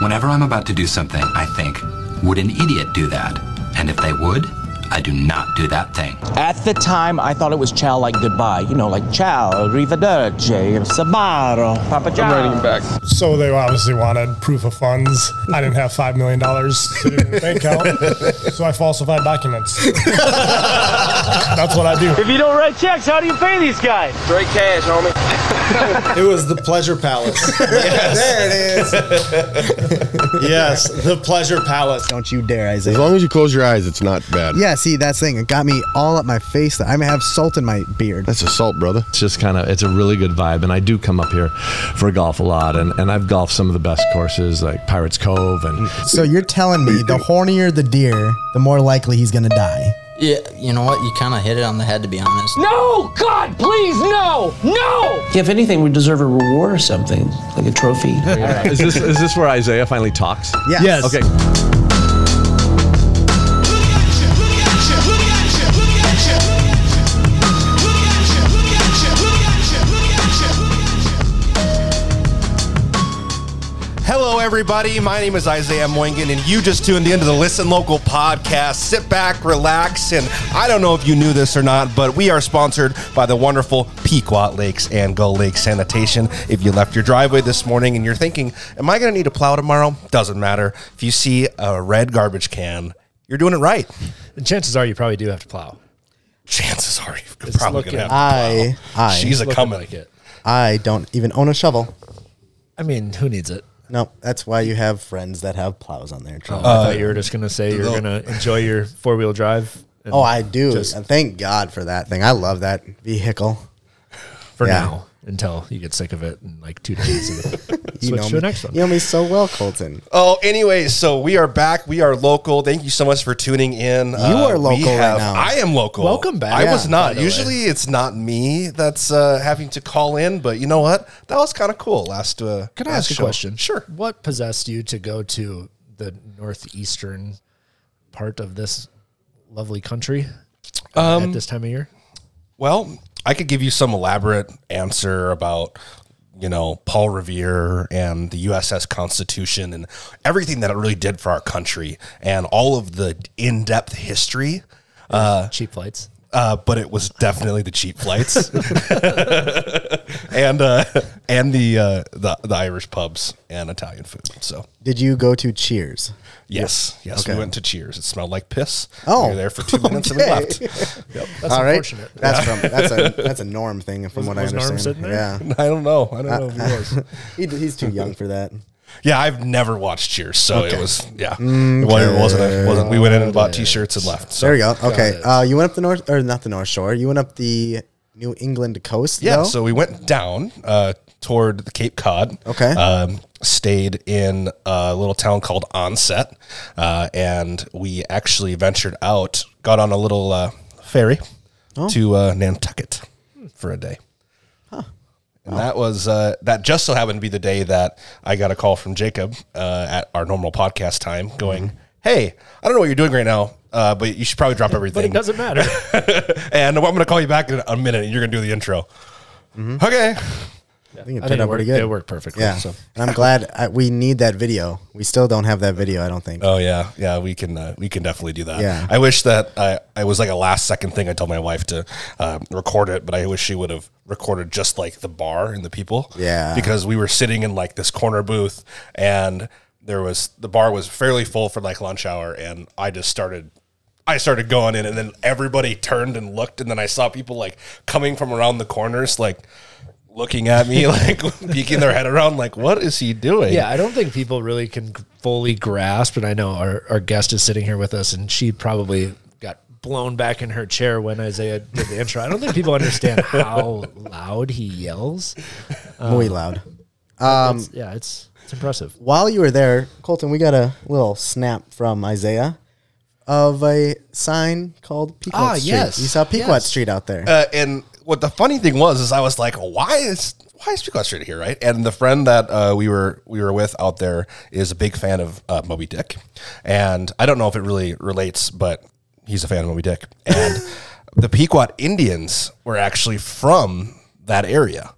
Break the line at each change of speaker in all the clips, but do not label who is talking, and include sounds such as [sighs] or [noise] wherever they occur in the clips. Whenever I'm about to do something, I think, would an idiot do that? And if they would, I do not do that thing.
At the time, I thought it was ciao like goodbye. You know, like ciao, arrivederci, sabaro, papa ciao.
I'm writing him back.
So they obviously wanted proof of funds. I didn't have five million dollars sitting in the bank account, so I falsified documents. That's what I do.
If you don't write checks, how do you pay these guys?
Straight cash, homie.
It was the Pleasure Palace. There it is. yes, the Pleasure Palace.
Don't you dare,
As
Isaiah.
long as you close your eyes, it's not bad.
Yeah, see, that's the thing. It got me all up my face. I have salt in my beard.
That's assault, brother.
It's just kind of it's a really good vibe, and I do come up here for golf a lot, and, and I've golfed some of the best courses like Pirates Cove, and
So you're telling me
[laughs]
the hornier the deer, the more likely he's going to die.
Yeah, you know what? You kind of hit it on the head, to be honest.
No, God, please, no, no!
If anything, we deserve a reward or something, like a trophy.
Mm. [laughs]
is this is this where Isaiah finally talks?
Yes. Yes.
Okay.
Hello, everybody. My name is Isaiah Moingen, and you just tuned in to the Listen Local podcast. Sit back, relax, and I don't know if you knew this or not, but we are sponsored by the wonderful Pequot Lakes and Gull Lake Sanitation. If you left your driveway this morning and you're thinking, "Am I going to need a plow tomorrow?" Doesn't matter. If you see a red garbage can, you're doing it right.
Chances are you probably do have to plow.
Chances are you're probably going
looking-
to have.
I, I,
She's a coming.
I don't even own a shovel.
I mean, who needs it?
No, that's why you have friends that have plows on their truck.
Uh,
I thought you were just gonna say you're gonna enjoy your four wheel drive. and
oh, I do.
just-
And Thank God for that thing. I love that vehicle.
for
yeah.
now until you get sick of it in like two days. and
[laughs]
You
Switch
know
to
me.
the next one.
You know me so well, Colton.
Oh, anyway, so we are back. We are local. Thank you so much for tuning in. You
are local right now.
I am local.
Welcome back.
I
Yeah,
was
by
not.
the way.
Usually, it's not me that's uh, having to call in, but you know what? That was kind of cool. Last. Uh,
Can I
last
ask a
show.
question?
Sure.
What possessed you to go to the northeastern part of this lovely country at this time of year?
Well, I could give you some elaborate answer about, you know, Paul Revere and the USS Constitution and everything that it really did for our country and all of the in depth history.
Cheap flights.
uh, but it was definitely the cheap flights [laughs] and uh, and the, uh, the the Irish pubs and Italian food. So
Did you go to Cheers?
yes, yes,
Okay.
we went to Cheers. It smelled like piss.
Oh.
we were there for two minutes and
[laughs]
we left.
That's
All right,
unfortunate.
that's from that's a that's a norm thing from what
was
I
Norm
understand.
sitting there?
Yeah,
[laughs] I don't know. I don't know if
Uh,
it was.
he, he's too young for
[laughs]
that.
Yeah, I've never watched Cheers, so it was yeah. Well, it wasn't. It wasn't. We went in and bought t-shirts and left. So
There you go. Okay, uh, you went up the north or not the North Shore. You went up the New England coast.
Yeah,
though?
so we went down uh, toward the Cape Cod.
Okay.
Um, stayed in a little town called Onset, uh, and we actually ventured out, got on a little uh, ferry
Oh.
to uh, Nantucket for a day. And that was uh, that just so happened to be the day that I got a call from Jacob uh, at our normal podcast time, going,
Mm-hmm.
"Hey, I don't know what you're doing right now, uh, but you should probably drop everything."
But it doesn't matter.
[laughs] and I'm going to call you back in a minute, and you're going to do the intro. Okay.
I think it
I
turned
think it
out
worked,
pretty good.
it worked perfectly.
Yeah,
So
and I'm glad I, we need that video. We still don't have that video. I don't think.
Oh yeah, yeah. We can uh, we can definitely do that.
Yeah.
I wish that I I was like a last second thing. I told my wife to uh, record it, but I wish she would have recorded just like the bar and the people.
Yeah.
Because we were sitting in like this corner booth, and there was the bar was fairly full for like lunch hour, and I just started. I started going in, and then everybody turned and looked, and then I saw people like coming from around the corners, like looking at me, [laughs] like peeking their head around, like what is he doing?
yeah, I don't think people really can g- fully grasp. And I know our, our guest is sitting here with us, and she probably got blown back in her chair when Isaiah did the intro. I don't think people [laughs] understand how loud he yells. Uh,
Muy loud. Um,
It's- yeah, it's it's impressive.
While you were there, Colton, we got a little snap from Isaiah of a sign called Pequot
Ah,
Street.
yes,
you saw Pequot
yes.
Street out there.
uh, and what the funny thing was is I was like, why is why is Peacock Street here, right? And the friend that uh, we were we were with out there is a big fan of uh, Moby Dick, and I don't know if it really relates, but he's a fan of Moby Dick, and [laughs] the Pequot Indians were actually from that area.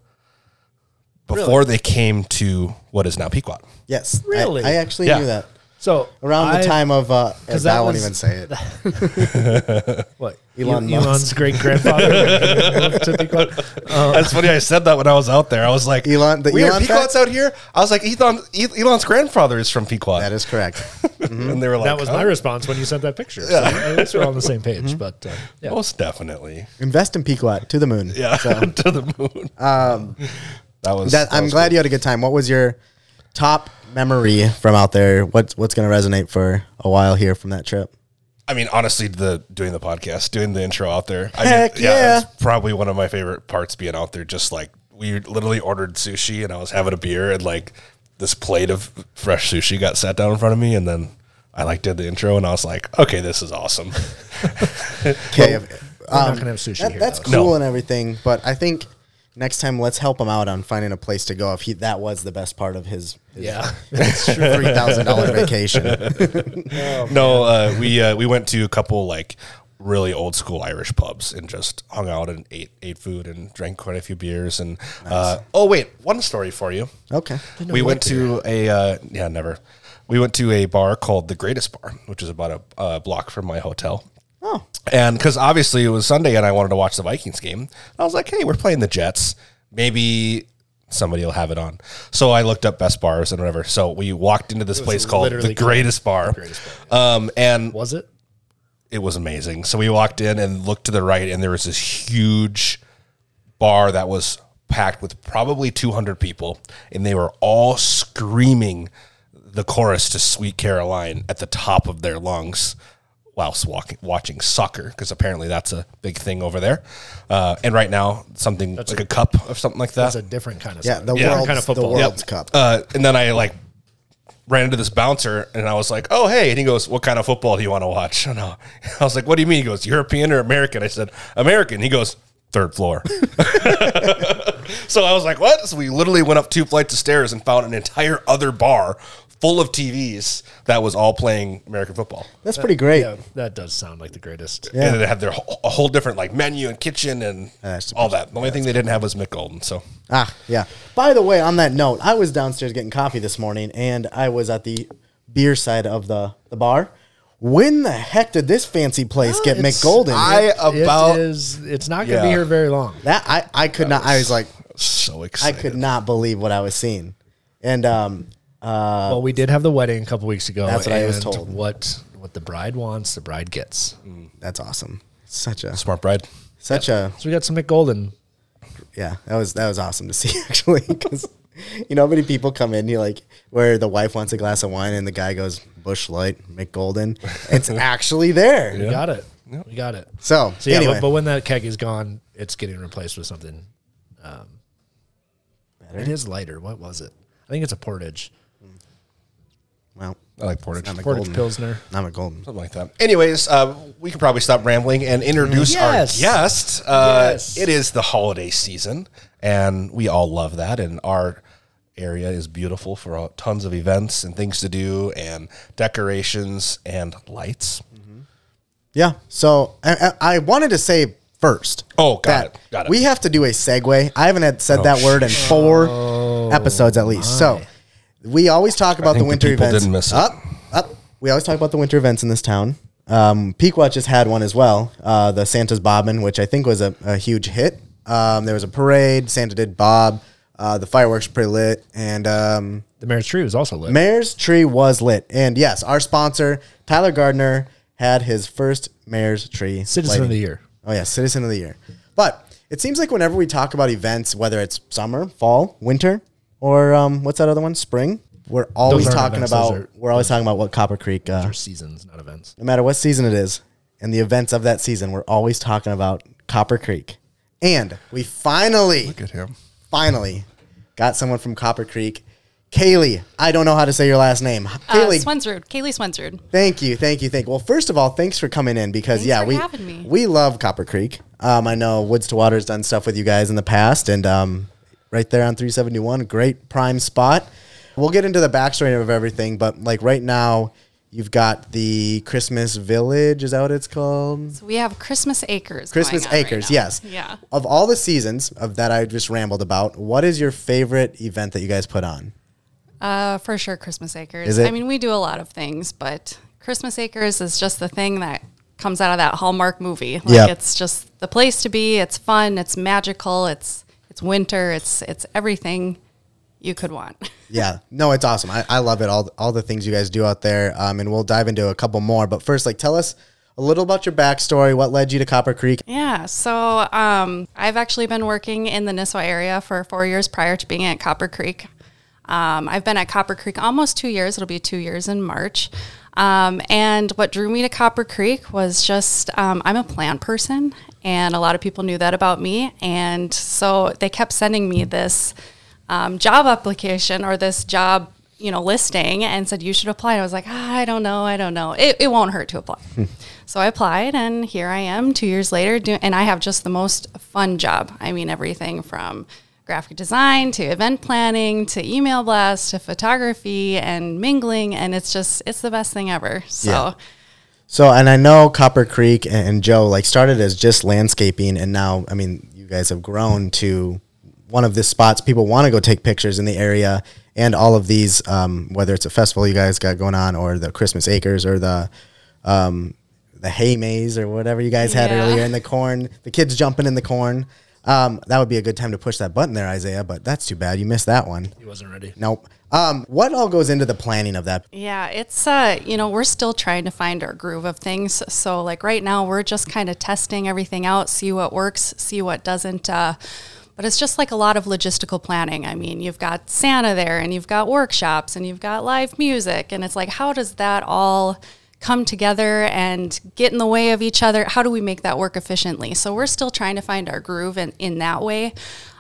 before they came to what is now Pequot.
Yes. I-
Really?
I, actually
Yeah.
knew that.
So
around
I-
the time of, uh,
'cause
I
that
won't
was-
even say
[laughs]
it.
what? E-,
Elon
Elon's
Musk.
great
[laughs]
grandfather. Typical.
[laughs] That's funny. I said that when I was out there. I was like,
Oh. Elon, the
"Weird,
Elon
Pequot's out here." I was like, "Elon, E- Elon's grandfather is from Pequot." That
is correct.
[laughs] and they were like,
[laughs] that was my
"Oh,
response when you sent that picture. So at least we're all on the same page.
Mm-hmm.
But uh, yeah.
Most definitely.
Invest in Pequot to the moon.
Yeah,
So,
[laughs] to the moon.
um,
That was.
that, I'm
was
glad you had a good time. What was your top memory from out there? What's what's going to resonate for a while here from that trip?
I mean, honestly, the doing the podcast, doing the intro out there. I
Heck
mean,
yeah.
it's probably one of my favorite parts being out there. Just like we literally ordered sushi and I was having a beer and like this plate of fresh sushi got sat down in front of me and then I like did the intro and I was like, okay, this is awesome. [laughs]
Okay,
We're not gonna have sushi
um, that-
here,
That's
though. No.
cool and everything, but I think next time let's help him out on finding a place to go. If he that was the best part of his, his
Yeah.
[laughs] three thousand dollar
[laughs]
vacation.
no, uh, we uh, we went to a couple like really old school Irish pubs and just hung out and ate ate food and drank quite a few beers and uh, oh wait, one story for you.
Okay,
we went to a uh, yeah never we went to a bar called the greatest bar which is about a uh, block from my hotel
Oh.
and because obviously it was sunday and i wanted to watch the vikings game i was like hey we're playing the jets maybe somebody will have it on so i looked up best bars and whatever so we walked into this place called the
literally called
greatest bar, Um, and
was it?
it was amazing. So we walked in and looked to the right, and there was this huge bar that was packed with probably 200 people, and they were all screaming the chorus to "Sweet Caroline" at the top of their lungs whilst walking, watching soccer, because apparently that's a big thing over there. Uh, and right now, something like a, cup or something like that.
It's a different kind of
Yeah, the
Yeah.
world's,
Kind of football.
the world's cup.
Uh, and then I like ran into this bouncer and I was like, oh, hey. And he goes, what kind of football do you want to watch? [laughs] And I I was like, what do you mean? He goes, European or American? I said, American. He goes, third floor. [laughs] so I was like, what? So we literally went up two flights of stairs and found an entire other bar full of TVs that was all playing American football.
That's pretty great.
Yeah, that does sound like the greatest.
Yeah.
And they had their whole, a whole different like menu and kitchen and
That's the
all that. The only thing they didn't have was Mick Golden. So
Ah, yeah. By the way, on that note, I was downstairs getting coffee this morning, and I was at the beer side of the, the bar. When the heck did this fancy place get
Oh, it's-
McGolden?
I about
it is. It's not going to
Yeah.
be here very long.
that I, I could not. I was like,
so
I
excited.
could not believe what I was seeing, and um,
well, we did have the wedding a couple weeks ago.
That's what I was
and
told.
What what the bride wants, the bride gets.
that's awesome. Such a
Smart bride.
such a
So we got some McGolden.
yeah, that was that was awesome to [laughs] see actually because you know how many people come in you like where the wife wants a glass of wine and the guy goes Bush Light McGolden.
[laughs]
It's actually there.
We got it. We got it.
So,
So yeah,
anyway,
but, but when that keg is gone, it's getting replaced with something. Um, it is lighter. What was it? I think it's a portage.
well,
I like Portage.
not
Portage
McGolden.
Pilsner.
not McGolden.
Something like that. Anyways, uh, we can probably stop rambling and introduce
Yes.
our guest. Uh,
Yes.
It is the holiday season, and we all love that. And our area is beautiful for all, tons of events and things to do, and decorations and lights.
Yeah. So I, I, I wanted to say first.
Oh, got
that
it, got it. Oh,
We have to do a segue. I haven't had said that word in four
Oh,
episodes at least. So we always talk about the
think
winter
the people
events.
didn't miss it.
Up, up. We always talk about the winter events in this town. Um, Pequot just had one as well. Uh, the Santa's Bobbin, which I think was a, a huge hit. Um, there was a parade. Santa did Bob. Uh, the fireworks were pretty lit, and um,
The marriage tree was also lit.
Mayor's tree was lit. And yes, our sponsor, Tyler Gardner, had his first Mayor's tree.
Citizen of the year.
Oh, yeah, Citizen of the Year. But it seems like whenever we talk about events, whether it's summer, fall, winter, or um, what's that other one? Spring, we're always
aren't
talking
events,
about
those are-
we're always talking about what Copper Creek, uh,
Or seasons, not events.
no matter what season it is, and the events of that season, we're always talking about Copper Creek. And we finally
Look at him.
finally got someone from Copper Creek. Kaylee, I don't know how to say your last name.
Uh,
Kaylee,
Swensrud, Kaylee Swensrud.
thank you, thank you, thank you. Well, first of all, thanks for coming in because
Thanks
yeah,
for
we
having me.
we love Copper Creek. Um, I know Woods to Water's done stuff with you guys in the past, and um, right there on 371, great prime spot. We'll get into the backstory of everything, but like right now, You've got the Christmas Village, is that what it's called?
So we have Christmas Acres. going
Christmas
on right
Acres,
now.
yes.
Yeah.
Of all the seasons of that I just rambled about, what is your favorite event that you guys put on?
Uh, for sure, Christmas Acres.
Is it?
I mean, we do a lot of things, but Christmas Acres is just the thing that comes out of that Hallmark movie. Like
Yep.
it's just the place to be. It's fun. It's magical. It's it's winter. It's it's everything you could want. [laughs]
Yeah, no, it's awesome. I, I love it. All all the things you guys do out there, um, and we'll dive into a couple more. But first, like, tell us a little about your backstory. What led you to Copper Creek?
Yeah. So um, I've actually been working in the Nisswa area for four years prior to being at Copper Creek. Um, I've been at Copper Creek almost two years. It'll be two years in March. Um, and what drew me to Copper Creek was just um, I'm a plant person, and a lot of people knew that about me. And so they kept sending me this um, job application or this job you know listing and said you should apply. And I was like, ah, I don't know, I don't know. It, it won't hurt to apply. So I applied, and here I am two years later. Do, and I have just the most fun job. I mean, everything from graphic design to event planning to email blasts to photography and mingling. And it's just, it's the best thing ever. So,
Yeah. So, and I know Copper Creek and, and Joe like started as just landscaping, and now I mean, you guys have grown to one of the spots people want to go take pictures in the area, and all of these, um, whether it's a festival you guys got going on, or the Christmas Acres, or the um, the hay maze, or whatever you guys had
Yeah.
earlier, and the corn, the kids jumping in the corn. Um, that would be a good time to push that button there, Isaiah. But that's too bad. You missed that one. He
wasn't ready.
Nope. Um, what all goes into the planning of that?
Yeah, it's uh, you know, we're still trying to find our groove of things. So like right now, we're just kind of testing everything out, see what works, see what doesn't. Uh, but it's just like a lot of logistical planning. I mean, you've got Santa there, and you've got workshops, and you've got live music, and it's like, how does that all come together and get in the way of each other? How do we make that work efficiently? So we're still trying to find our groove in, in that way.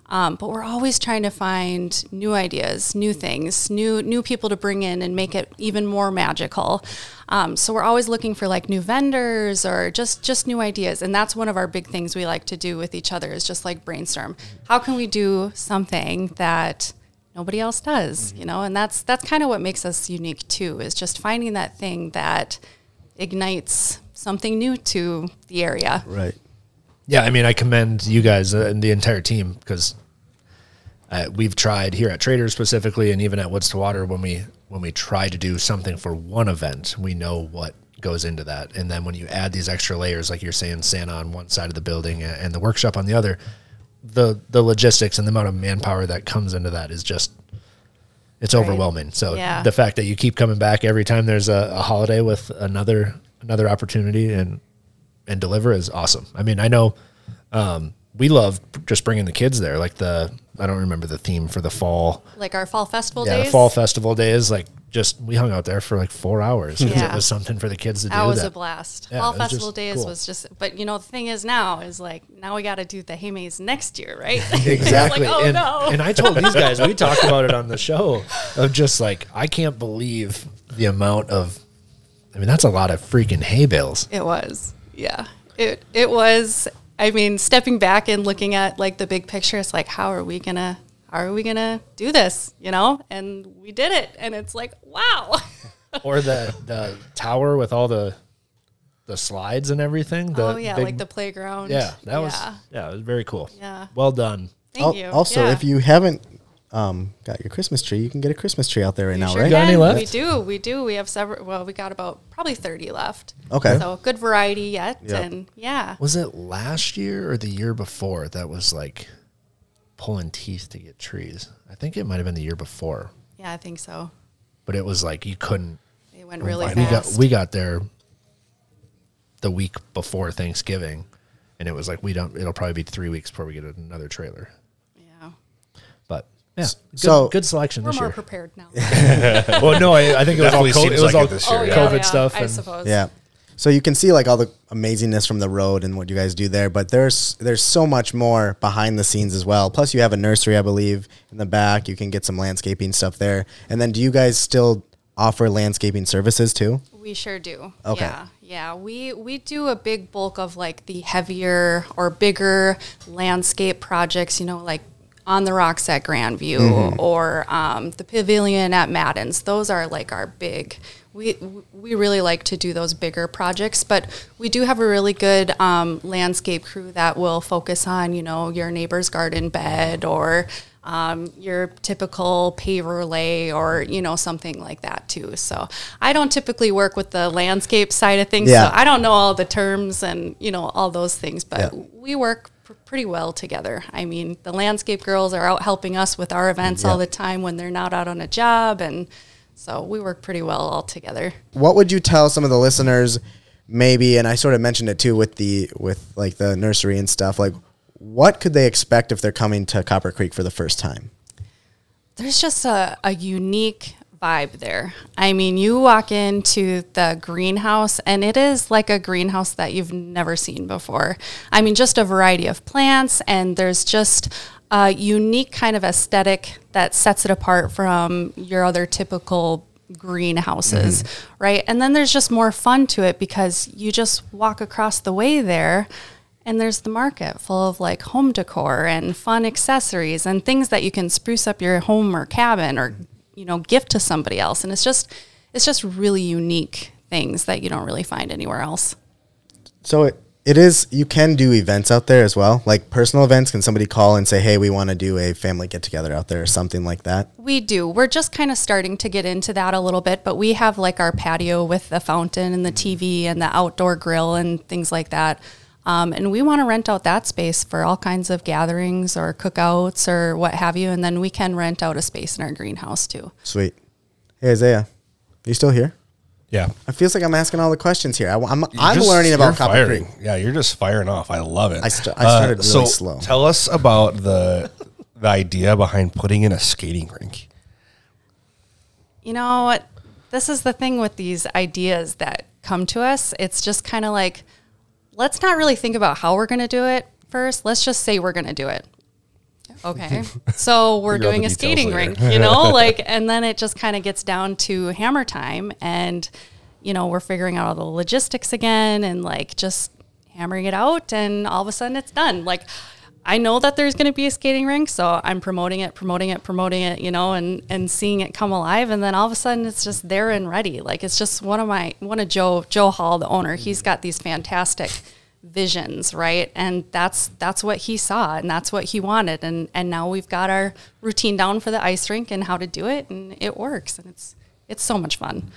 Um, but we're always trying to find new ideas, new things, new new people to bring in and make it even more magical. Um, so we're always looking for like new vendors or just just new ideas, and that's one of our big things we like to do with each other is just like brainstorm. How can we do something that nobody else does,
Mm-hmm.
you know? And that's that's kind of what makes us unique too is just finding that thing that ignites something new to the area.
Right.
Yeah, I mean, I commend you guys uh, and the entire team because uh, we've tried here at Traders specifically, and even at Woods to Water when we when we try to do something for one event, we know what goes into that, and then when you add these extra layers, like you're saying, Santa on one side of the building a- and the workshop on the other, the the logistics and the amount of manpower that comes into that is just it's overwhelming. So
Yeah.
uh, the fact that you keep coming back every time there's a, a holiday with another another opportunity and and deliver is awesome. I mean, I know um, we love just bringing the kids there. Like the I don't remember the theme for the fall.
Like our fall festival
yeah,
days.
the fall festival days. Like just we hung out there for like four hours. 'cause
Yeah.
It was something for the kids to do.
that was
that-
a blast. [laughs]
Yeah, it
Fall
was just
festival days
cool.
was just, but you know, the thing is now is like now we got to do the hay maze next year, right?
[laughs]
[laughs]
Exactly.
like, oh
and,
no.
and I told these guys, we talked about it on the show of just like, I can't believe the amount of, I mean, that's a lot of freaking hay bales.
It was, yeah. It it was. I mean, stepping back and looking at like the big picture, it's like, how are we gonna, how are we gonna do this? You know, and we did it, and it's like, wow.
Or the, the tower with all the, the slides and everything. The
[laughs] oh yeah,
big-
like the playground.
Yeah. That was,
Yeah.
yeah, it was very cool.
Yeah.
Well done.
Thank
Al-
you.
Also,
Yeah.
if you haven't um, got your Christmas tree, you can get a Christmas tree out there right now,
Sure
right?
can. We do. We do. We have several. Well, we got about probably 30 left.
Okay.
So good variety yet.
Yep.
And yeah.
Was it last year or the year before that was like pulling teeth to get trees? I think it might have been the year before,
Yeah, I think so.
but it was like you couldn't
It went really
we
fast.
got we got there the week before Thanksgiving, and it was like we don't. It'll probably be three weeks before we get another trailer.
Yeah.
But yeah, good,
so-
good selection
We're
this
more
year.
prepared now.
well, no, I, I think it was all
Definitely
COVID,
seems
it was
like
all
it this
year, Oh,
[laughs]
yeah.
COVID
yeah,
stuff.
I
and-
suppose.
Yeah. So you can see like all the amazingness from the road and what you guys do there, but there's there's so much more behind the scenes as well. Plus, you have a nursery, I believe, in the back. You can get some landscaping stuff there. And then, do you guys still offer landscaping services too?
We sure do.
Okay.
Yeah. Yeah. We we do a big bulk of like the heavier or bigger landscape projects, you know, like on the rocks at Grandview
Mm-hmm.
Mhm.
or um, the pavilion at Madden's. Those are like our big. We we really like to do those bigger projects, but we do have a really good um, landscape crew that will focus on you know your neighbor's garden bed or um, your typical paver lay or you know something like that too. So I don't typically work with the landscape side of things,
Yeah.
so I don't know all the terms and you know all those things, but
Yeah.
we work pr- pretty well together. I mean, the landscape girls are out helping us with our events all
Yeah.
the time when they're not out on a job, and so we work pretty well all together.
what would you tell some of the listeners maybe and i sort of mentioned it too with the with like the nursery and stuff like what could they expect if they're coming to copper creek for the first time
there's just a, a unique vibe there. I mean, you walk into the greenhouse and it is like a greenhouse that you've never seen before. I mean, just a variety of plants, and there's just a unique kind of aesthetic that sets it apart from your other typical greenhouses,
Mhm.
right? And then there's just more fun to it because you just walk across the way there and there's the market full of like home decor and fun accessories and things that you can spruce up your home or cabin or you know gift to somebody else and it's just it's just really unique things that you don't really find anywhere else.
so it, it is you can do events out there as well like personal events can somebody call and say hey we want to do a family get together out there or something like that
We do. We're just kind of starting to get into that a little bit, but we have like our patio with the fountain and the TV and the outdoor grill and things like that. Um, and we want to rent out that space for all kinds of gatherings or cookouts or what have you. And then we can rent out a space in our greenhouse too.
sweet hey isaiah you still here
yeah
it feels like i'm asking all the questions here I, am
You're
i'm
just-
learning about
you're
copper
firing.
creek
Yeah, you're just firing off. I love it. Uh,
I st- I started really
so
slow.
Tell us about the the idea behind putting in a skating rink.
you know what this is the thing with these ideas that come to us it's just kind of like let's not really think about how we're going to do it first let's just say we're going to do it okay so
[laughs]
we're
Figure out
doing
the
a
details
skating
later. [laughs]
rink you know like and then it just kind of gets down to hammer time and you know we're figuring out all the logistics again and like just hammering it out and all of a sudden it's done like I know that there's going to be a skating rink, so I'm promoting it, promoting it, promoting it, you know, and and seeing it come alive. And then all of a sudden, it's just there and ready. Like it's just one of my one of Joe Joe Hall, the owner.
Mm-hmm.
He's got these fantastic visions, right? And that's that's what he saw, and that's what he wanted. And and now we've got our routine down for the ice rink and how to do it, and it works, and it's it's so much fun.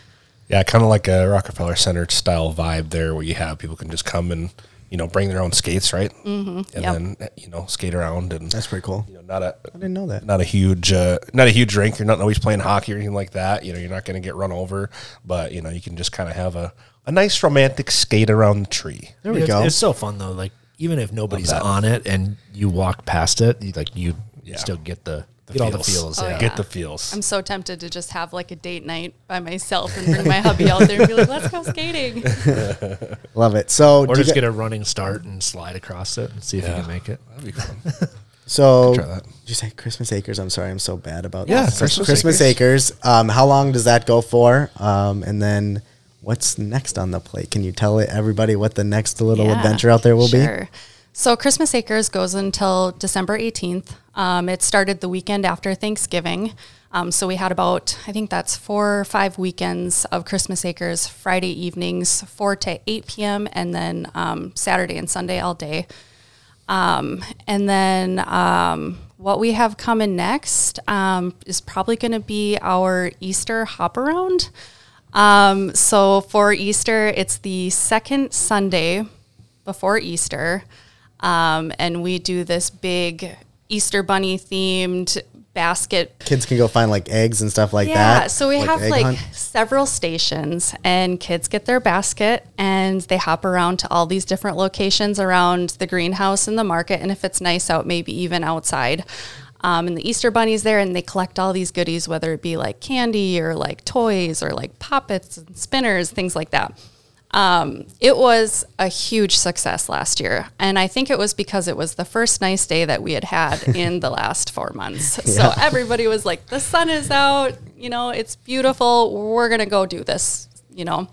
Yeah, kind of like a Rockefeller Center style vibe there, where you have people can just come and you know bring their own skates, right?
Mhm,
And
yep.
then you know skate around, and that's
pretty cool.
You know, not a I
didn't know that.
not a huge uh, not a huge rink. You're not always playing hockey or anything like that. You know, you're not going to get run over, but you know you can just kind of have a a nice romantic skate around the tree.
There we go. It's so fun though. Like even if nobody's
that.
on it and you walk past it, you, like you still get the, get all the feels.
Oh,
yeah.
yeah. I'm so tempted to just have like a date night by myself and bring my hubby out there and be like, let's go skating.
love it so
or
do you
just
gu-
get a running start and slide across it and see if you can make it. That'd be fun.
So,
Could try that.
did you say Christmas Acres? I'm sorry, I'm so bad about
Yeah,
this. So
Christmas
Christmas Acres. Um, how long does that go for? Um, and then what's next on the plate? Can you tell everybody what the next little
Yeah,
adventure out there will be?
sure. So Christmas Acres goes until December 18th. Um, it started the weekend after Thanksgiving. Um, so we had about, I think that's four or five weekends of Christmas Acres, Friday evenings, 4 to 8 p.m., and then um, Saturday and Sunday all day. Um, and then um, what we have coming next um, is probably going to be our Easter hop around. Um, so for Easter, it's the second Sunday before Easter. Um, and we do this big Easter bunny themed basket
Kids can go find like eggs and stuff like
yeah,
that.
so we have
egg
like
hunt?
several stations, and kids get their basket and they hop around to all these different locations around the greenhouse and the market. And if it's nice out, maybe even outside. Um, and the Easter bunny's there, and they collect all these goodies, whether it be like candy or like toys or like poppets and spinners, things like that. Um, it was a huge success last year, and I think it was because it was the first nice day that we had had in the last four months.
Yeah.
So everybody was like, "The sun is out, you know, it's beautiful. We're gonna go do this," you know.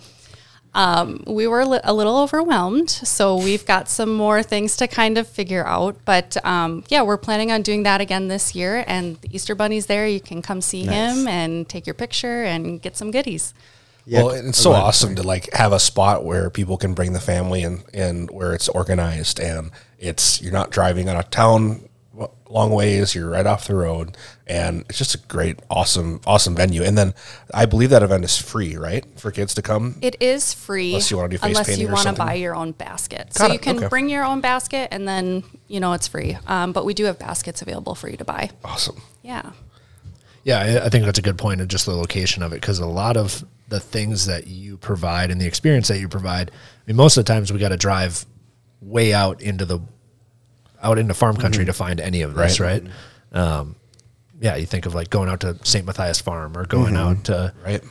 Um, we were li- a little overwhelmed, so we've got some more things to kind of figure out. But um, yeah, we're planning on doing that again this year. And the Easter Bunny's there. You can come see
Nice.
him and take your picture and get some goodies.
well, and it's so awesome to like have a spot where people can bring the family and and where it's organized and it's you're not driving on a town w- long ways. You're right off the road, and it's just a great, awesome, awesome venue. And then I believe that event is free, right, for kids to come.
It is free
Unless you wanna do face
unless
painting
you
or
want to
something.
buy your own basket. so
Got it,
you can
okay.
bring your own basket, and then you know it's free. Um, but we do have baskets available for you to buy.
Awesome.
Yeah.
Yeah, I, I think that's a good point of just the location of it because a lot of the things that you provide and the experience that you provide, I mean, most of the times we got to drive way out into the out into farm country to find any of this, right?
Mm-hmm. Right.
Um, yeah, you think of like going out to St. Matthias Farm or going
Mhm.
out to
right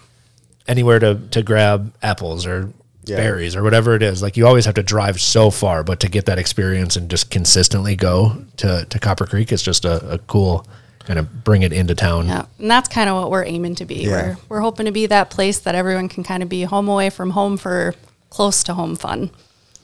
anywhere to to grab apples or
Yeah.
berries or whatever it is. Like you always have to drive so far, but to get that experience and just consistently go to to Copper Creek, it's just a, a cool kind of bring it into town.
Yeah, and that's kind of what we're aiming to be.
Yeah.
We're we're hoping to be that place that everyone can kind of be home away from home for close to home fun.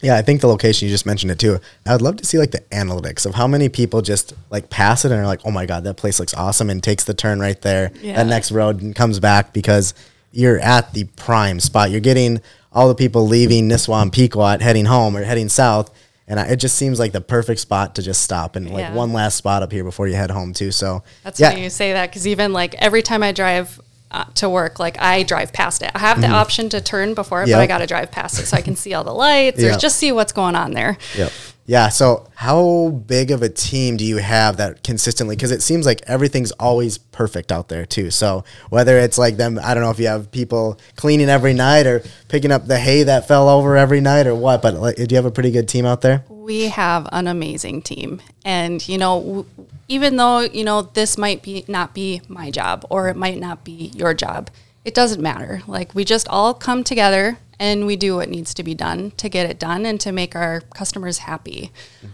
Yeah, I think the location you just mentioned it too. I would love to see like the analytics of how many people just like pass it and are like, "Oh my god, that place looks awesome," and takes the turn right there,
Yeah.
that next road, and comes back because you're at the prime spot. You're getting all the people leaving Nisswa and Pequot, heading home or heading south, and I, it just seems like the perfect spot to just stop and like
Yeah.
one last spot up here before you head home too. So
That's
yeah,
funny you say that because even like every time I drive uh, to work, like I drive past it. I have the
Mm-hmm.
Mhm.
option to turn before it, but
Yep.
I got to drive past it so I can see all the lights
Yeah.
or just see what's going on there.
Yep. Yeah. So, how big of a team do you have that consistently? Because it seems like everything's always perfect out there, too. So, whether it's like them, I don't know if you have people cleaning every night or picking up the hay that fell over every night or what, but like, do you have a pretty good team out there?
We have an amazing team, and you know, w- even though you know this might be not be my job or it might not be your job, it doesn't matter. Like we just all come together and we do what needs to be done to get it done and to make our customers happy.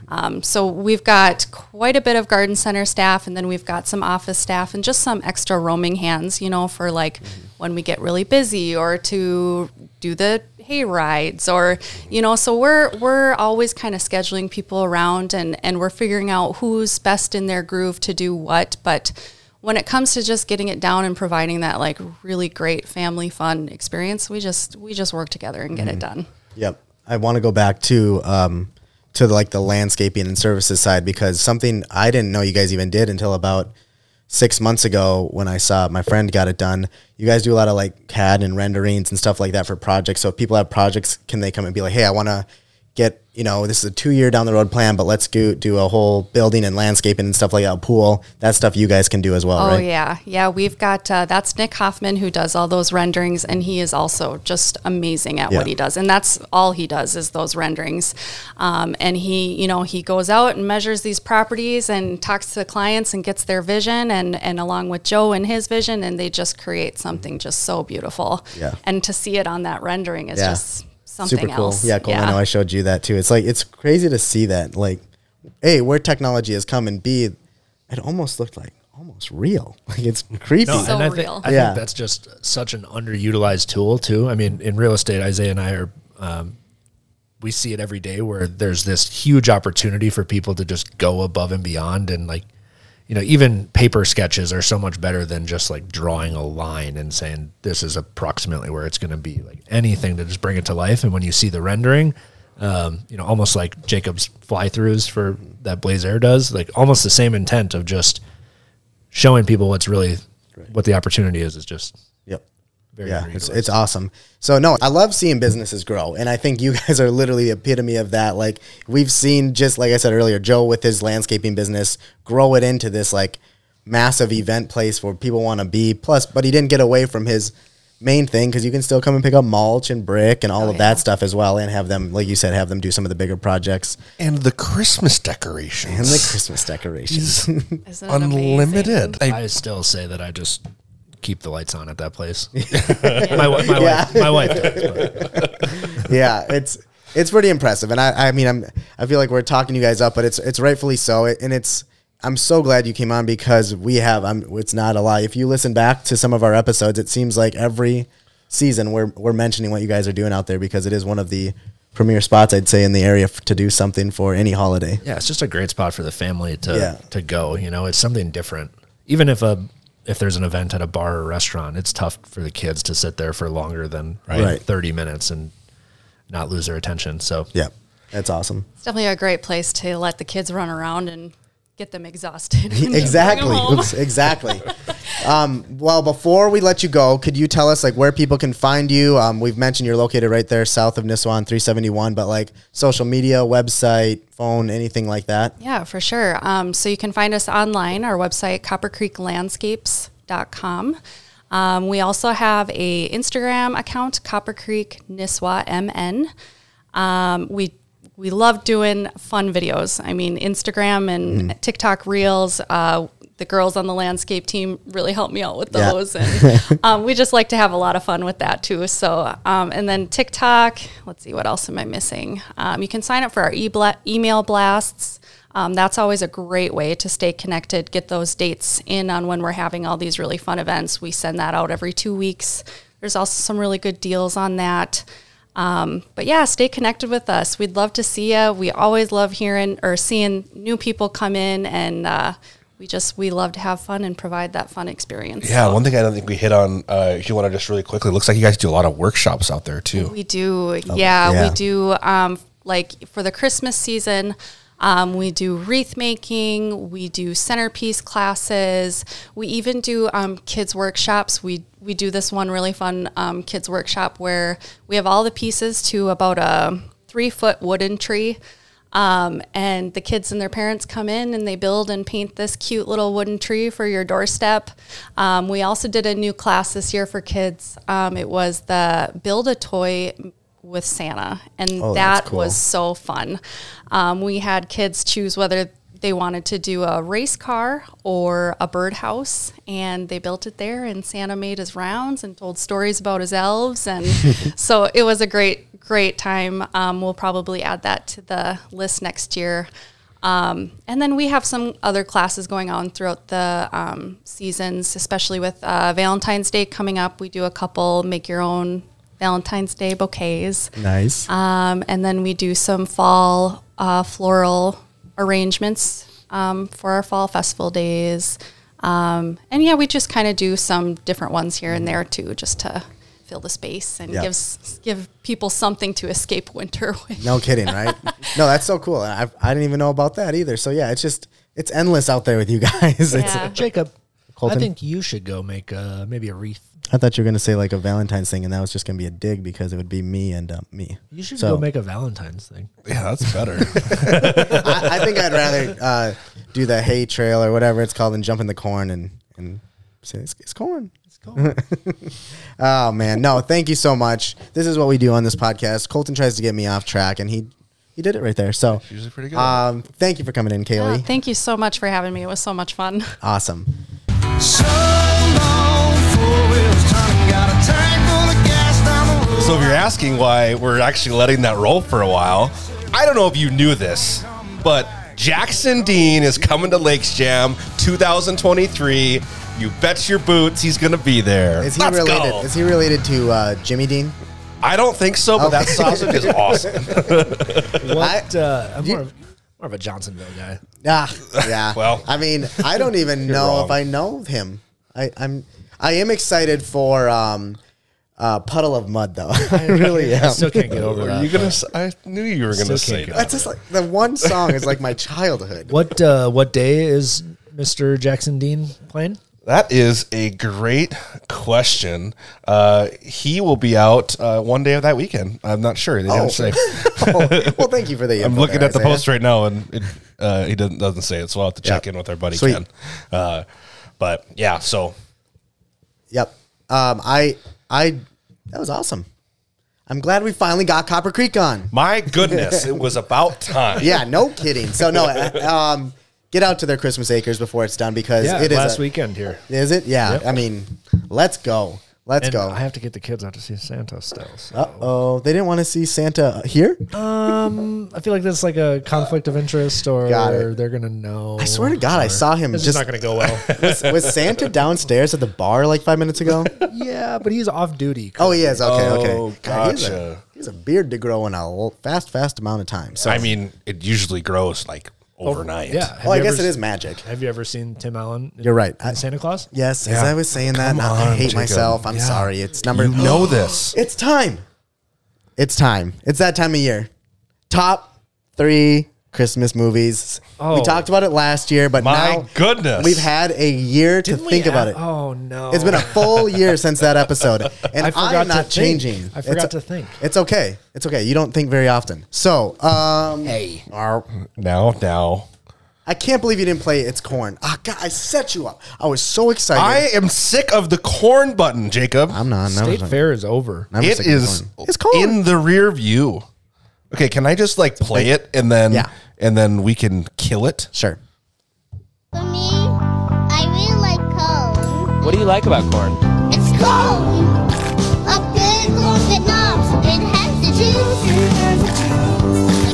Um, so we've got quite a bit of garden center staff, and then we've got some office staff and just some extra roaming hands, you know, for like when we get really busy or to do the hay rides or you know so we're we're always kind of scheduling people around and and we're figuring out who's best in their groove to do what but when it comes to just getting it down and providing that like really great family fun experience we just we just work together and get it
Mhm.
done
Yep. I want to go back to um, to the, like the landscaping and services side because something I didn't know you guys even did until about six months ago when I saw my friend got it done. You guys do a lot of like CAD and renderings and stuff like that for projects. So if people have projects, can they come and be like, hey, I want to get you know this is a two year down the road plan, but let's go do a whole building and landscaping and stuff like that, pool. That stuff you guys can do as well,
oh
right?
yeah yeah we've got uh, that's nick hoffman who does all those renderings and he is also just amazing at
Yeah.
what he does and that's all he does is those renderings um, and he you know he goes out and measures these properties and talks to the clients and gets their vision and and along with joe and his vision and they just create something just so beautiful
Yeah.
and to see it on that rendering is
Yeah.
just something
Super cool.
else
Yeah, cool. I know I showed you that too. It's like it's crazy to see that. Like, a where technology has come, and b it almost looked like almost real. [laughs] Like it's creepy.
No, and I, think, I
yeah.
think that's just such an underutilized tool too. I mean, in real estate, Isaiah and I are um, we see it every day where there's this huge opportunity for people to just go above and beyond and like you know even paper sketches are so much better than just like drawing a line and saying this is approximately where it's going to be like anything to just bring it to life and when you see the rendering um, you know almost like jacob's fly throughs for that blaze air does like almost the same intent of just showing people what's really what the opportunity is is just
yep
very
yeah, it's, it's awesome. So no, I love seeing businesses grow, and I think you [laughs] guys are literally the epitome of that. Like we've seen, just like I said earlier, Joe with his landscaping business grow it into this like massive event place where people want to be. Plus, but he didn't get away from his main thing because you can still come and pick up mulch and brick and all of that stuff as well, and have them, like you said, have them do some of the bigger projects
and the Christmas decorations
and the Christmas decorations.
Isn't it Unlimited. amazing?
I, still say that I just keep the lights on at
[laughs]
that place. [laughs] my wi- my wife, my wife does. but-
yeah, it's it's pretty impressive, and I I mean I'm I feel like we're talking you guys up, but it's it's rightfully so, It- and it's I'm so glad you came on because we have I'm it's not a lie. If you listen back to some of our episodes, it seems like every season, we're we're mentioning what you guys are doing out there because it is one of the premier spots I'd say in the area f- to do something for any holiday.
Yeah, it's just a great spot for the family to
Yeah.
to go. You know, it's something different. Even if a if there's an event at a bar or restaurant, it's tough for the kids to sit there for longer than
Right.
thirty minutes and not lose their attention. So
yeah, that's awesome.
It's definitely a great place to let the kids run around and get them exhausted. and [laughs] bring
[laughs] exactly.
'em home.
Oops, exactly. um, well, before we let you go, could you tell us like where people can find you? Um, we've mentioned you're located right there south of Nisswa on 371, but like social media, website, phone, anything like that.
Yeah, for sure. Um, so you can find us online, our website, coppercreeklandscapes.com. Um, we also have a Instagram account, Copper Creek Nisswa MN. Um, we we love doing fun videos. I mean, Instagram and
Mm.
TikTok Reels. Uh, the girls on the landscape team really helped me out with
Yeah.
those, and um, we just like to have a lot of fun with that too. So, um, and then TikTok. Let's see, what else am I missing? Um, you can sign up for our e-bla- email blasts. Um, that's always a great way to stay connected. Get those dates in on when we're having all these really fun events. We send that out every two weeks. There's also some really good deals on that. Um, but yeah, stay connected with us. We'd love to see you. We always love hearing or seeing new people come in, and uh, we just we love to have fun and provide that fun experience.
Yeah, one thing I don't think we hit on, uh, if you want to just really quickly, it looks like you guys do a lot of workshops out there too.
We do,
Oh,
yeah,
yeah.
we do. Um, like for the Christmas season, um, we do wreath making, we do centerpiece classes, we even do um, kids workshops. We we do this one really fun um, kids workshop where we have all the pieces to about a three foot wooden tree. Um, and the kids and their parents come in and they build and paint this cute little wooden tree for your doorstep. Um, we also did a new class this year for kids. Um, it was the build a toy with Santa, and
Oh, that's
that
cool.
was so fun. Um, we had kids choose whether they wanted to do a race car or a birdhouse, and they built it there. And Santa made his rounds and told stories about his elves, and so it was a great, great time. Um, we'll probably add that to the list next year. Um, and then we have some other classes going on throughout the um, seasons, especially with uh, Valentine's Day coming up. We do a couple make your own Valentine's Day bouquets.
Nice.
Um, and then we do some fall uh, floral arrangements um, for our fall festival days. Um, and yeah, we just kind of do some different ones here and there too, just to fill the space and
Yeah.
gives give people something to escape winter with.
No kidding, right? no, that's so cool. I, I didn't even know about that either. So yeah, it's just it's endless out there with you [laughs] guys.
Yeah.
It's,
Jacob,
Colton?
I think you should go make uh, maybe a wreath.
I thought you were gonna say like a Valentine's thing, and that was just gonna be a dig because it would be me and um, me.
You should
So-
go make a Valentine's thing.
Yeah, that's
[laughs]
better.
I, I think I'd rather uh, do the hay trail or whatever it's called than jump in the corn and and say it's, it's corn. It's corn. [laughs] oh man, no, thank you so much. This is what we do on this podcast. Colton tries to get me off track, and he he did it right there. So
usually pretty
good.
Um, thank you for coming in,
Yeah,
Kaylee.
thank you so much for having me. It was so much fun.
awesome.
So if you're asking why we're actually letting that roll for a while, I don't know if you knew this, but Jackson Dean is coming to Lakes Jam 2023. You bet your boots he's going to be there.
Is he
Let's
related?
go.
Is he related to uh, Jimmy Dean?
I don't think so, but
Okay.
that sausage
[laughs]
is awesome. [laughs]
What? uh, I'm more of, more of a Johnsonville guy.
Ah, [laughs] yeah.
Well,
I mean, I don't
[laughs]
even
you're
know
wrong.
if I know him. I, I'm I am excited for um, uh, puddle of mud though. [laughs] I
[laughs]
really am.
I still can't get over
Were
that,
you gonna
but-
s-
I knew you were
Still
going to
can't
say that.
[laughs]
get
That's just like the one song is like my childhood.
What uh, what day is Mr. Jackson Dean playing?
That is a great question. Uh, he will be out uh, one day of that weekend. I'm not sure. They
Oh.
didn't say.
[laughs] well, thank you for the.
I'm
info
looking
there,
at the
Isaiah.
post right now, and it, uh, he doesn't doesn't say it. So I'll have to check
Yep.
in with our buddy
Sweet.
Ken. Uh, but yeah, so
Yep. Um, I I that was awesome. I'm glad we finally got Copper Creek on. [laughs]
my goodness, it was about time.
yeah, no [laughs] kidding. So no, uh, um, get out to their Christmas acres before it's done because
Yeah,
it is
last
a-
weekend here.
Is it? Yeah.
Yep.
I mean, let's go. Let's
And
go.
I have to get the kids out to see Santa still. so-
Uh oh, they didn't want to see Santa here.
Um, I feel like that's like a conflict of interest, or
Got it.
they're gonna know.
I swear to God, I saw him.
This is
just
not gonna go well.
[laughs] was, was Santa downstairs at the bar like five minutes [laughs] ago?
yeah, but he's off duty.
Oh, he is. Okay,
Oh,
okay. God, he's, a,
gotcha.
he's a beard to grow in a l- fast, fast amount of time. So
I mean, it usually grows like
Oh,
overnight.
Yeah. Have
Well, I
you
guess
ever
it
s-
is magic.
Have you ever seen Tim Allen? in-
You're right.
in Santa Claus.
Yes, as I was saying that, and I hate myself. I'm sorry. It's number.
You
[gasps]
know this.
It's time. It's time. It's that time of year. Top three Christmas movies. We
Oh.
talked about it last year, but
My
now
goodness.
we've had a year to think about it.
Oh no,
It's been a full year since that episode,
[laughs]
and
I forgot
I'm
to
not
think.
changing.
I forgot
It's-
to think.
It's okay. It's okay. You don't think very often. So, um, hey,
Now, now.
I can't believe you didn't play It's Corn. Ah, God, I set you up. I was so excited.
I am sick of the corn button, Jacob.
I'm not. I'm
State
not-
fair is over.
I'm
it
sick of
is
corn. It's corn.
in the rear view. Okay, can I just like play it and then
Yeah.
and then we can kill it?
Sure.
For me, I really like cone.
What do you like about corn?
It's cone! A big long knobs. It has the juice.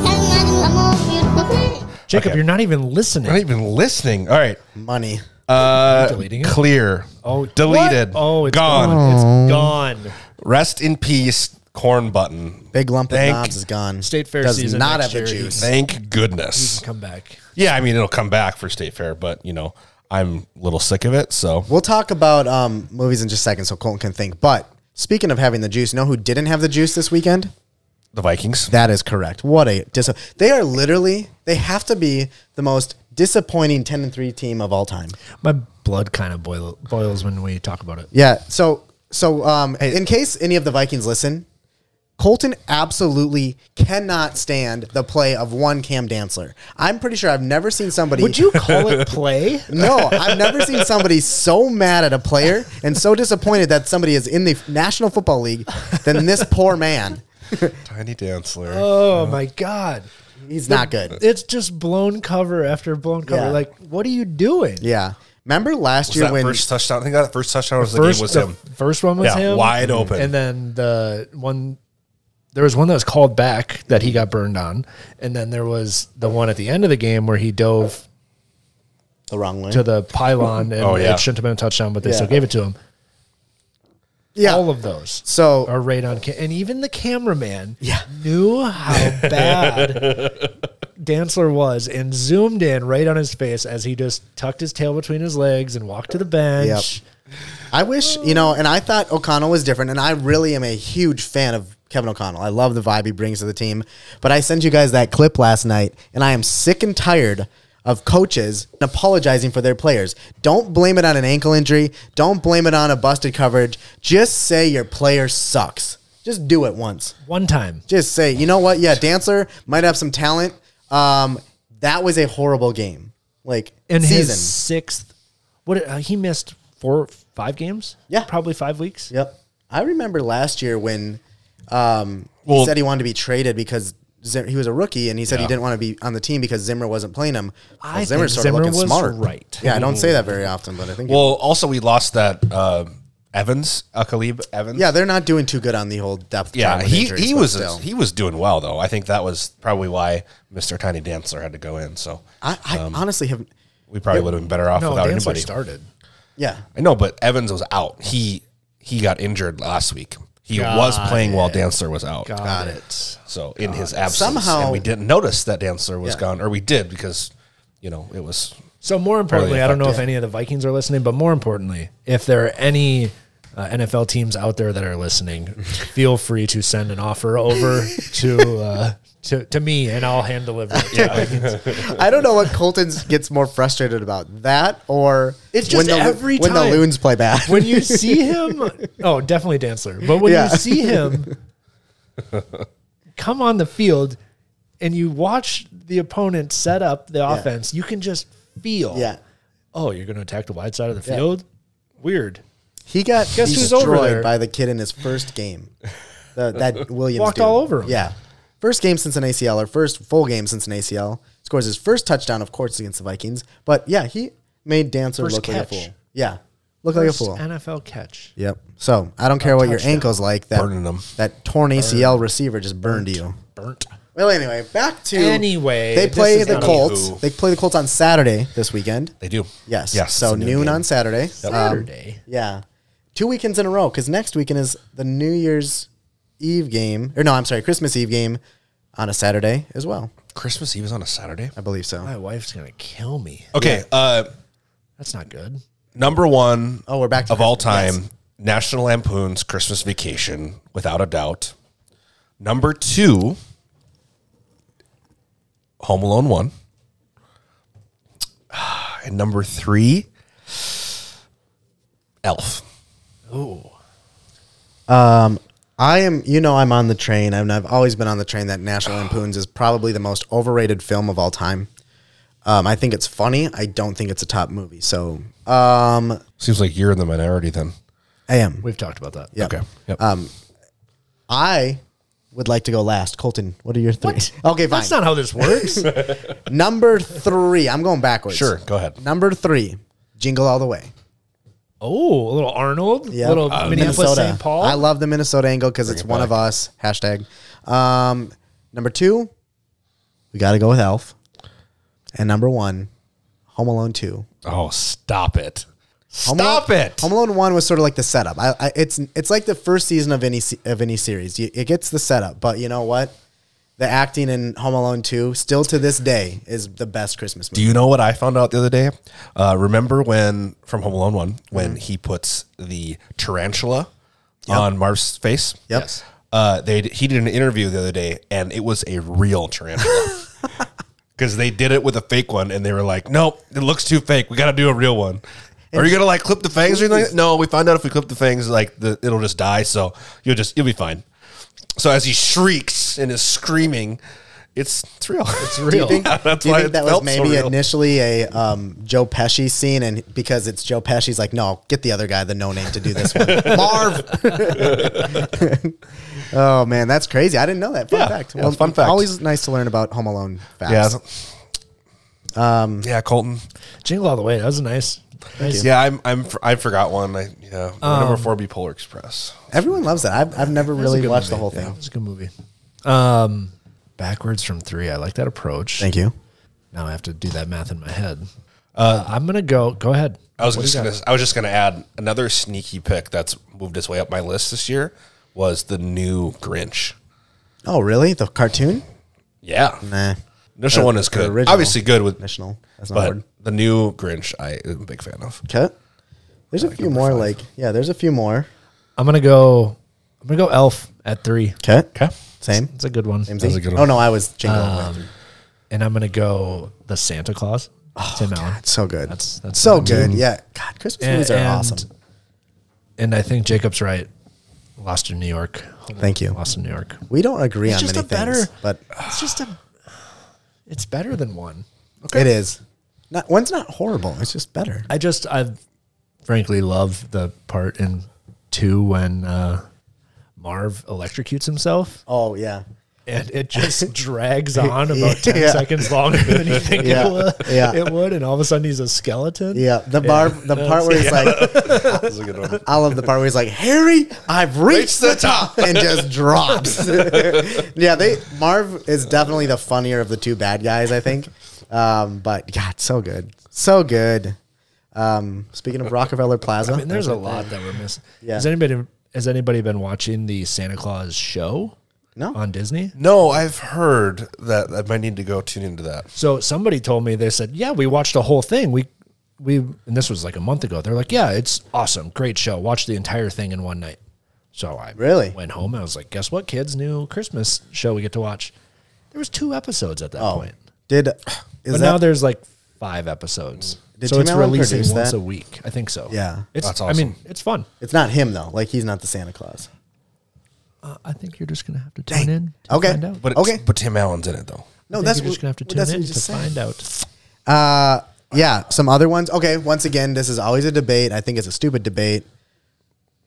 And I'm a more beautiful thing.
Jacob, you're not even listening.
I'm not even listening. All right.
money.
Uh,
deleting it?
Clear.
Oh,
deleted.
what? Oh, it's
gone.
gone. It's gone.
Rest in peace, corn button.
Big lump of
Thank-
knobs is gone.
State fair
Does
season
not have
next
the
year.
juice.
Thank goodness.
Come back.
Yeah, I mean it'll come back for state fair, but you know I'm a little sick of it. So
We'll talk about um, movies in just a second, so Colton can think. But speaking of having the juice, know who didn't have the juice this weekend?
the Vikings.
That is correct. What a dis- they are literally they have to be the most disappointing ten and three team of all time.
My blood kind of boil, boils when we talk about it.
Yeah. So so um, in case any of the Vikings listen, Colton absolutely cannot stand the play of one Cam Dantzler. I'm pretty sure I've never seen somebody.
Would you call it play?
No, I've never seen somebody so mad at a player and so disappointed that somebody is in the National Football League than this poor man.
Tiny Dantzler.
[laughs] Oh my god.
He's not good.
It's just blown cover after blown cover.
Yeah.
Like, what are you doing?
Yeah. Remember last
was
year
that
when
first touchdown? I think that first touchdown was the,
first,
game was
the
him.
first one was
Yeah,
him.
wide open.
And then the one, there was one that was called back that he got burned on. And then there was the one at the end of the game where he dove
the wrong way?
to the pylon and
Oh, yeah.
it shouldn't have been a touchdown, but they still
Yeah.
gave it to him.
yeah.
All of those
so
are right on. Ca- and even the cameraman
Yeah. [laughs]
knew how bad Dantzler was and zoomed in right on his face as he just tucked his tail between his legs and walked to the bench.
I wish, you know, and I thought O'Connell was different, and I really am a huge fan of Kevin O'Connell. I love the vibe he brings to the team. But I sent you guys that clip last night, and I am sick and tired of coaches apologizing for their players. Don't blame it on an ankle injury, don't blame it on a busted coverage. Just say your player sucks. Just do it once.
One time.
Just say, you know what? Yeah, Dancer might have some talent. Um, that was a horrible game. Like,
in
season.
his sixth. What uh, he missed four, five games.
Yeah.
probably five weeks.
Yep. I remember last year when um, he
Well-
said he wanted to be traded because Zim- he was a rookie and he said he didn't want to be on the team because Zimmer wasn't playing him.
I think Zimmer was right.
Yeah, I don't say that very often, but I think.
Well, also we lost that uh, Evans, Akalib Evans.
yeah, they're not doing too good on the whole depth.
yeah.
chart with
He
injuries,
he
but
was
still.
he was doing well though. I think that was probably why Mr. Tiny Dantzler had to go in. So
I, I
um,
honestly have.
we probably would have been better off
No,
without
Dantzler
anybody.
started.
Yeah,
I know, but Evans was out. He he got injured last week. He was playing while Dantzler was out.
Got it.
So in his absence,
Somehow-
and we didn't notice that Dantzler was
Yeah.
gone, or we did because you know it was
So more importantly, I don't know if
affected.
any of the Vikings are listening, but more importantly, if there are any uh, NFL teams out there that
[laughs]
are listening, feel free to send an offer over to uh, to, to me, and I'll hand deliver it. To the Vikings.
I don't know what Colton gets more frustrated about that or
It's
when
just
the,
every
when
time.
the loons play bad.
When you see him, oh, definitely Dantzler. But when
Yeah.
you see him come on the field and you watch the opponent set up the offense, you can just feel,
[laughs] yeah,
oh, you're going to attack the wide side of the field? Weird.
he got
Guess who's over
destroyed
there?
by the kid in his first game.
[laughs]
The, that Williams
Walked
dude.
all over him.
Yeah. First game since an ACL or first full game since an ACL. Scores his first touchdown, of course, against the Vikings. But yeah, he made Dancer
First
look like a
catch.
fool. Yeah. Look like a
First
fool.
NFL catch.
Yep. So I don't care what your
touchdown.
ankle's like. That
Burning 'em.
that torn ACL receiver just burned you.
Burnt.
Well, anyway, back to
Anyway,
they
this
play
is
the
not-
Colts.
Anywho.
They play the Colts on Saturday this weekend.
They do.
Yes.
Yes,
So
it's a noon
noon
game.
on Saturday.
Saturday?
Um, yeah. Two weekends in a row because next weekend is the New Year's Eve game, or no, I'm sorry, Christmas Eve game on a Saturday as well.
Christmas Eve is on a Saturday.
I believe so.
My wife's gonna kill me.
Okay. Uh,
That's not good.
number one.
Oh, we're back to
of all time.
Christmas.
National Lampoon's Christmas Vacation, without a doubt. Number two. Home Alone one. [sighs] And number three. Elf.
Oh,
Um, I am, you know, I'm on the train, and I've always been on the train that
[gasps]
National Lampoon's is probably the most overrated film of all time. Um, I think it's funny. I don't think it's a top movie. So um,
Seems like you're in the minority then.
I am.
we've talked about that.
Yeah.
Okay. Yep.
Um, I would like to go last. Colton, what are your three?
[laughs]
Okay, fine.
That's not how
[laughs]
this works.
Number three. I'm going backwards.
sure. Go ahead.
Number three. Jingle all the way.
oh, a little Arnold,
Yeah.
little Minneapolis St. Uh, Paul.
Uh, I love the Minnesota angle because it's one of us. Hashtag. Um, number two, we got to go with Elf. And number one, Home Alone 2.
Oh, stop it.
Home
Stop
Alone,
it.
Home Alone 1 was sort of like the setup. I, I, it's, it's like the first season of any, se- of any series. You, it gets the setup, but you know what? The acting in Home Alone 2, still to this day, is the best Christmas movie.
Do you know what I found out the other day? Uh, remember when from Home Alone one when
Mm.
he puts the tarantula on Marv's face?
Yep.
Yes.
Uh, they he did an interview the other day and it was a real
[laughs]
tarantula because they did it with a fake one and they were like, nope, it looks too fake. We got to do a real one. Are you gonna like clip the fangs or anything? like that?" No, we found out if we clip the fangs, like the, it'll just die. So you'll just you'll be fine. So as he shrieks and is screaming, it's it's real. It's
Do you
real.
[laughs] think,
that's
do you
why
think
it
that was
felt so
maybe
real.
initially a um, Joe Pesci scene, and because it's Joe Pesci's like, no, get the other guy, the no name, to do this one,
[laughs]
Marv. [laughs] oh man, that's crazy. I didn't know that. Fun
Yeah,
fact.
yeah, fun fact.
Always nice to learn about Home Alone
Yeah.
facts. Um,
Yeah, Colton.
Jingle all the way. That was a nice. nice
Yeah, I'm. I'm. I forgot one. I, yeah,
Um,
number four be Polar Express.
everyone loves that. I've, I've never
That was a
really
good
watched the
movie.
whole
Yeah,
thing.
it was a good movie. Um, backwards from three. I like that approach.
Thank you.
Now I have to do that math in my head. Uh, I'm gonna go. Go ahead.
I was
What
just
do you
gonna. I was just gonna add another sneaky pick that's moved its way up my list this year was the new Grinch.
Oh really? The cartoon?
Yeah,
Nah.
initial
Uh,
one is
the
good.
original.
Obviously good with
Initial. That's not a
but
word.
the new Grinch I am a big fan of.
Okay. There's a few more. Like yeah, there's a few more.
got? I'm gonna go. I'm gonna go Elf at three.
Okay.
Okay,
Same.
It's a good one.
Same
was a good
Oh
one. Uh,
no, I was jingling. with.
And I'm gonna go the Santa Claus.
Oh,
Tim Allen.
So good.
That's- that's
so
what I'm
good.
doing.
Yeah. God, Christmas movies are awesome.
And I think Jacob's right. Lost in New York.
Thank you.
Lost in New York.
We don't agree
It's
on
just
many
a better-
things, but
It's just a. It's better than one.
it is. Not one's not horrible. It's just better.
I just I frankly love the part in two when uh, Marv electrocutes himself,
Oh yeah,
and
[laughs]
it just drags on about ten
Yeah.
seconds longer
[laughs]
than you think
Yeah.
it, would,
Yeah.
it would, and all of a sudden he's a skeleton.
yeah. The bar, the part where he's
[laughs]
like,
That's a good one.
I love the part where he's like, Harry, I've reached the top, and just
[laughs]
drops. yeah, they Marv is definitely the funnier of the two bad guys, I think. Um, but God, so good, so good. Um, speaking of Rockefeller Plaza,
I mean, there's a lot that we're missing.
Yeah.
Has anybody has anybody been watching the Santa Claus show
No.
on Disney?
No, I've heard that I might need to go tune into that.
So somebody told me they said, "Yeah, we watched the whole thing. We we and this was like a month ago. They're like, "Yeah, it's awesome. Great show. Watch the entire thing in one night." So I
Really?
went home. I was like, "Guess what? Kids' new Christmas show we get to watch." There was two episodes at that
Oh,
point.
did is
but
that
now there's like five episodes.
Did
so
Tim
it's
Allen
releasing
produce
once
that?
a week. I think so.
Yeah.
It's,
That's
I mean, it's fun.
It's not him though. Like he's not the Santa Claus.
Uh, I think you're just gonna have to tune in. To
Okay.
Find out.
But
Okay.
but Tim Allen's in it though.
No,
I think
that's
you're just gonna have to
well,
tune
that's what
in
you
to
just said.
find out.
Uh, yeah, some other ones. Okay, once again, this is always a debate. I think it's a stupid debate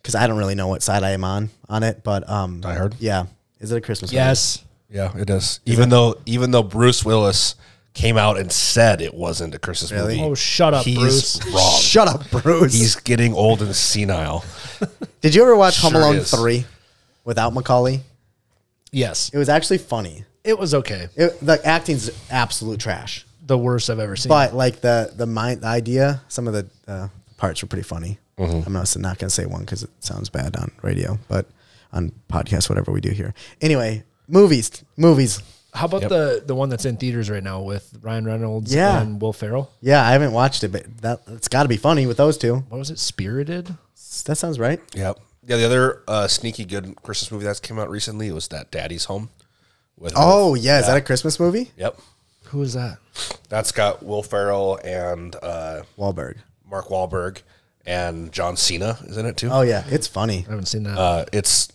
because I don't really know what side I am on on it. But um,
Die Hard?
Yeah, is it a Christmas? movie?
Yes.
Yeah, it does. Even though even though Bruce Willis came out and said it wasn't a Christmas
Really?
movie.
Oh, shut up,
He's
Bruce.
Wrong.
Shut up, Bruce.
He's getting old and senile.
Did you ever watch Home
Sure
Alone
is.
three without Macaulay?
Yes,
it was actually funny.
It was okay.
It, the acting's absolute trash.
The worst I've ever seen.
But like the the mind the idea, some of the uh, parts were pretty funny. I'm also not gonna say one because it sounds bad on radio, but on podcast, whatever we do here. Anyway, movies, movies.
How about
Yep.
the the one that's in theaters right now with Ryan Reynolds
Yeah.
and Will Ferrell?
Yeah, I haven't watched it, but that it's got to be funny with those two.
What was it? Spirited.
That sounds right.
Yep. Yeah, the other uh, sneaky good Christmas movie that's came out recently was that Daddy's Home. With
Oh yeah, is that a Christmas movie?
Yep.
Who is that?
That's got Will Ferrell and uh,
Wahlberg,
Mark Wahlberg, and John Cena is in it too.
Oh yeah, it's funny.
I haven't seen that.
Uh, it's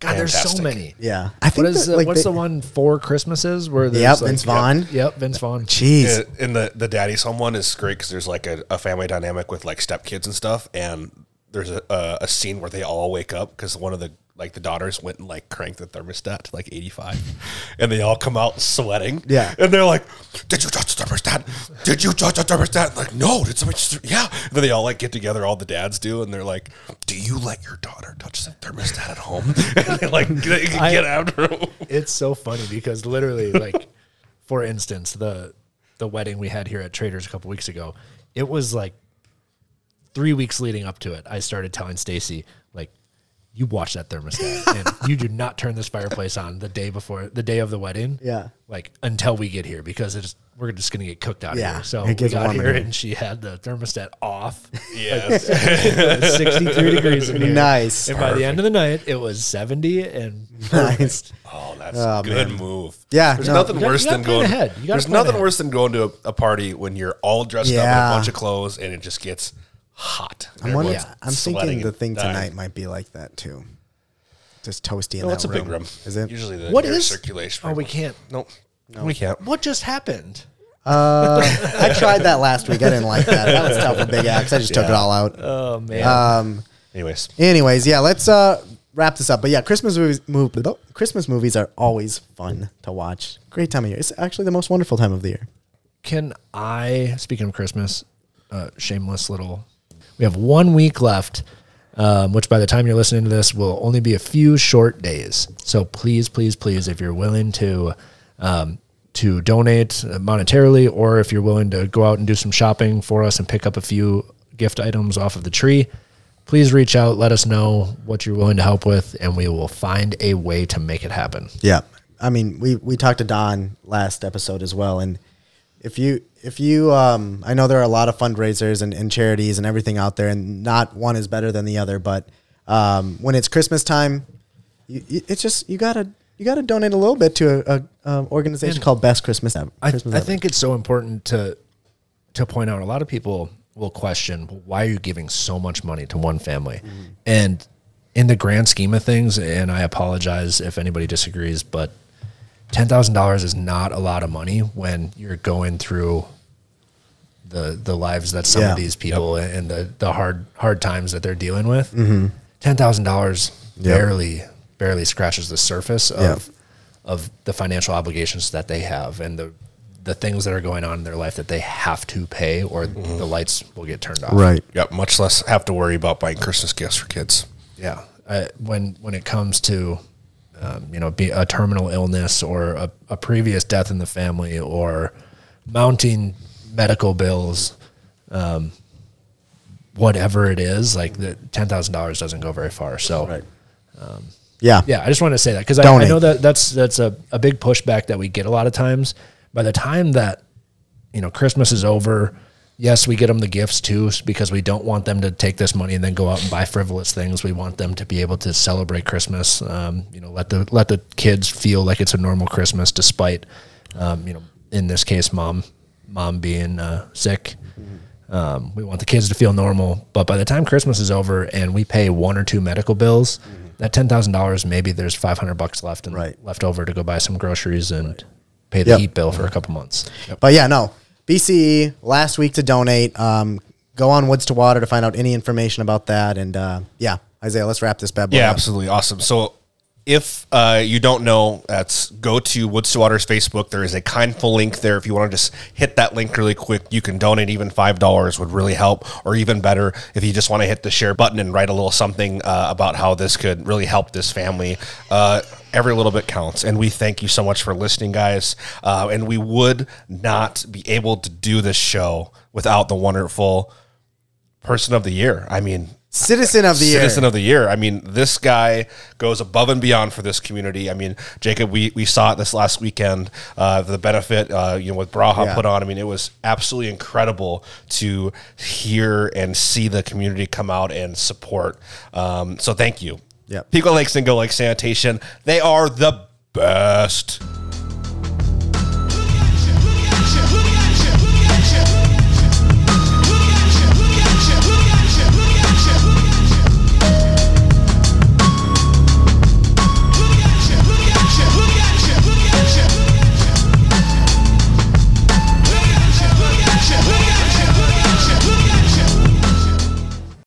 God, there's so
fantastic.
many.
Yeah,
I
I
think
think
what is
that,
the,
like,
what's
they-
the one for Christmases where there's
Yep,
like-
Vince Vaughn.
Yep, Vince Vaughn.
Jeez.
Yeah, and the, the daddy's home one is great because there's like a, a family dynamic with like stepkids and stuff. And there's a, a, a scene where they all wake up because one of the like the daughters went and like cranked the thermostat to like 85 [laughs] and they all come out sweating.
Yeah.
And they're like, Did you touch the thermostat? Did you touch the thermostat? And, like, no, did somebody just, yeah. And then they all like get together, all the dads do. And they're like, Do you let your daughter touch the thermostat at home? [laughs] and they like get,
I-
get after him.
It's so funny because [laughs] literally, like, for instance, the the wedding we had here at Traders a couple weeks ago, it was like three weeks leading up to it. I started telling Stacy like. You watch that [laughs] thermostat, and you do not turn this fireplace on the day before the day of the wedding.
Yeah.
like until we get here because it's we're just gonna get cooked out
Yeah,
here. So
it
we
gets
got
warm in
here,
here.
and she had the thermostat off.
Yes.
Like, it was [laughs] sixty-three degrees in
[laughs]
here.
Nice.
And by the end of the night, it was seventy and
Nice.
Oh, that's
Oh,
a good
man.
move.
Yeah,
there's
no.
nothing
You gotta-
worse
you gotta
than
plan
going.
ahead. You gotta
There's
plan
nothing
ahead.
worse than going to a, a party when you're all dressed up
Yeah.
in a bunch of clothes and it just gets hot.
I'm
Everyone's
wondering, I'm
sweating
thinking the
and
thing
dying.
tonight might be like that too. Just toasty in
No,
that
it's a big room.
Is it
Usually the
What
air
is-
circulation.
Oh, we can't.
Nope. We can't.
What just happened?
Uh, I tried that last week. I didn't like that. That was tough with Big Axe. I just took it
Yeah.
all out.
Oh, man.
Um,
Anyways.
anyways, yeah, let's uh, wrap this up. But yeah, Christmas movies, move, Christmas movies are always fun to watch. Great time of year. It's actually the most wonderful time of the year.
Can I? Speaking of Christmas, uh, shameless little. We have one week left, um, which by the time you're listening to this will only be a few short days. So please, please, please, if you're willing to um, to donate monetarily, or if you're willing to go out and do some shopping for us and pick up a few gift items off of the tree, please reach out. Let us know what you're willing to help with, and we will find a way to make it happen.
Yeah. I mean, we we talked to Don last episode as well, and if you if you um, I know there are a lot of fundraisers and, and charities and everything out there, and not one is better than the other. But um, when it's Christmas time, you, you, it's just you gotta you gotta donate a little bit to a, a um, organization
And
called Best Christmas Ever.
I,
Christmas
I
Ever.
think it's so important to to point out a lot of people will question "Well, why are you giving so much money to one family
Mm-hmm.
and in the grand scheme of things and i apologize if anybody disagrees but $10000 is not a lot of money when you're going through the the lives that some
Yeah.
of these people and the, the hard hard times that they're dealing with $10000
Mm-hmm. Yep.
barely barely scratches the surface of
Yeah.
of the financial obligations that they have and the the things that are going on in their life that they have to pay or the lights will get turned off.
Yep. Much less have to worry about buying Christmas gifts for kids.
Yeah. I, when when it comes to um, you know be a terminal illness or a, a previous death in the family or mounting medical bills, um, whatever it is, like the ten thousand dollars doesn't go very far. So. Um,
Yeah.
yeah. I just want to say that because I, I
Donate.
know that that's that's a, a big pushback that we get a lot of times. By the time that you know Christmas is over, yes, we get them the gifts too s- because we don't want them to take this money and then go out and buy frivolous things. We want them to be able to celebrate Christmas. Um, you know, let the let the kids feel like it's a normal Christmas, despite um, you know in this case, mom mom being uh, sick. Um, we want the kids to feel normal, but by the time Christmas is over and we pay one or two medical bills, that ten thousand dollars maybe there's five hundred bucks left and left over to go buy some groceries and pay the
Yep.
heat bill for a couple months.
But yeah, no. BCE last week to donate. Um, go on Woods to Water to find out any information about that. And uh, yeah, Isaiah, let's wrap this bad boy
Yeah,
up.
absolutely awesome. So if uh, you don't know, that's go to Woods to Waters Facebook. There is a kindful link there. If you want to just hit that link really quick, you can donate even five dollars would really help. Or even better, if you just want to hit the share button and write a little something uh, about how this could really help this family. Uh, every little bit counts, and we thank you so much for listening, guys. Uh, and we would not be able to do this show without the wonderful person of the year. I mean,
Citizen of the year.
Citizen of the year. I mean, this guy goes above and beyond for this community. I mean, Jacob, we, we saw it this last weekend. Uh, the benefit, uh, you know, with Braha
Yeah.
put on. I mean, it was absolutely incredible to hear and see the community come out and support. Um, so thank you.
Yep.
Pico Lakes and Go Lake Sanitation. They are the best.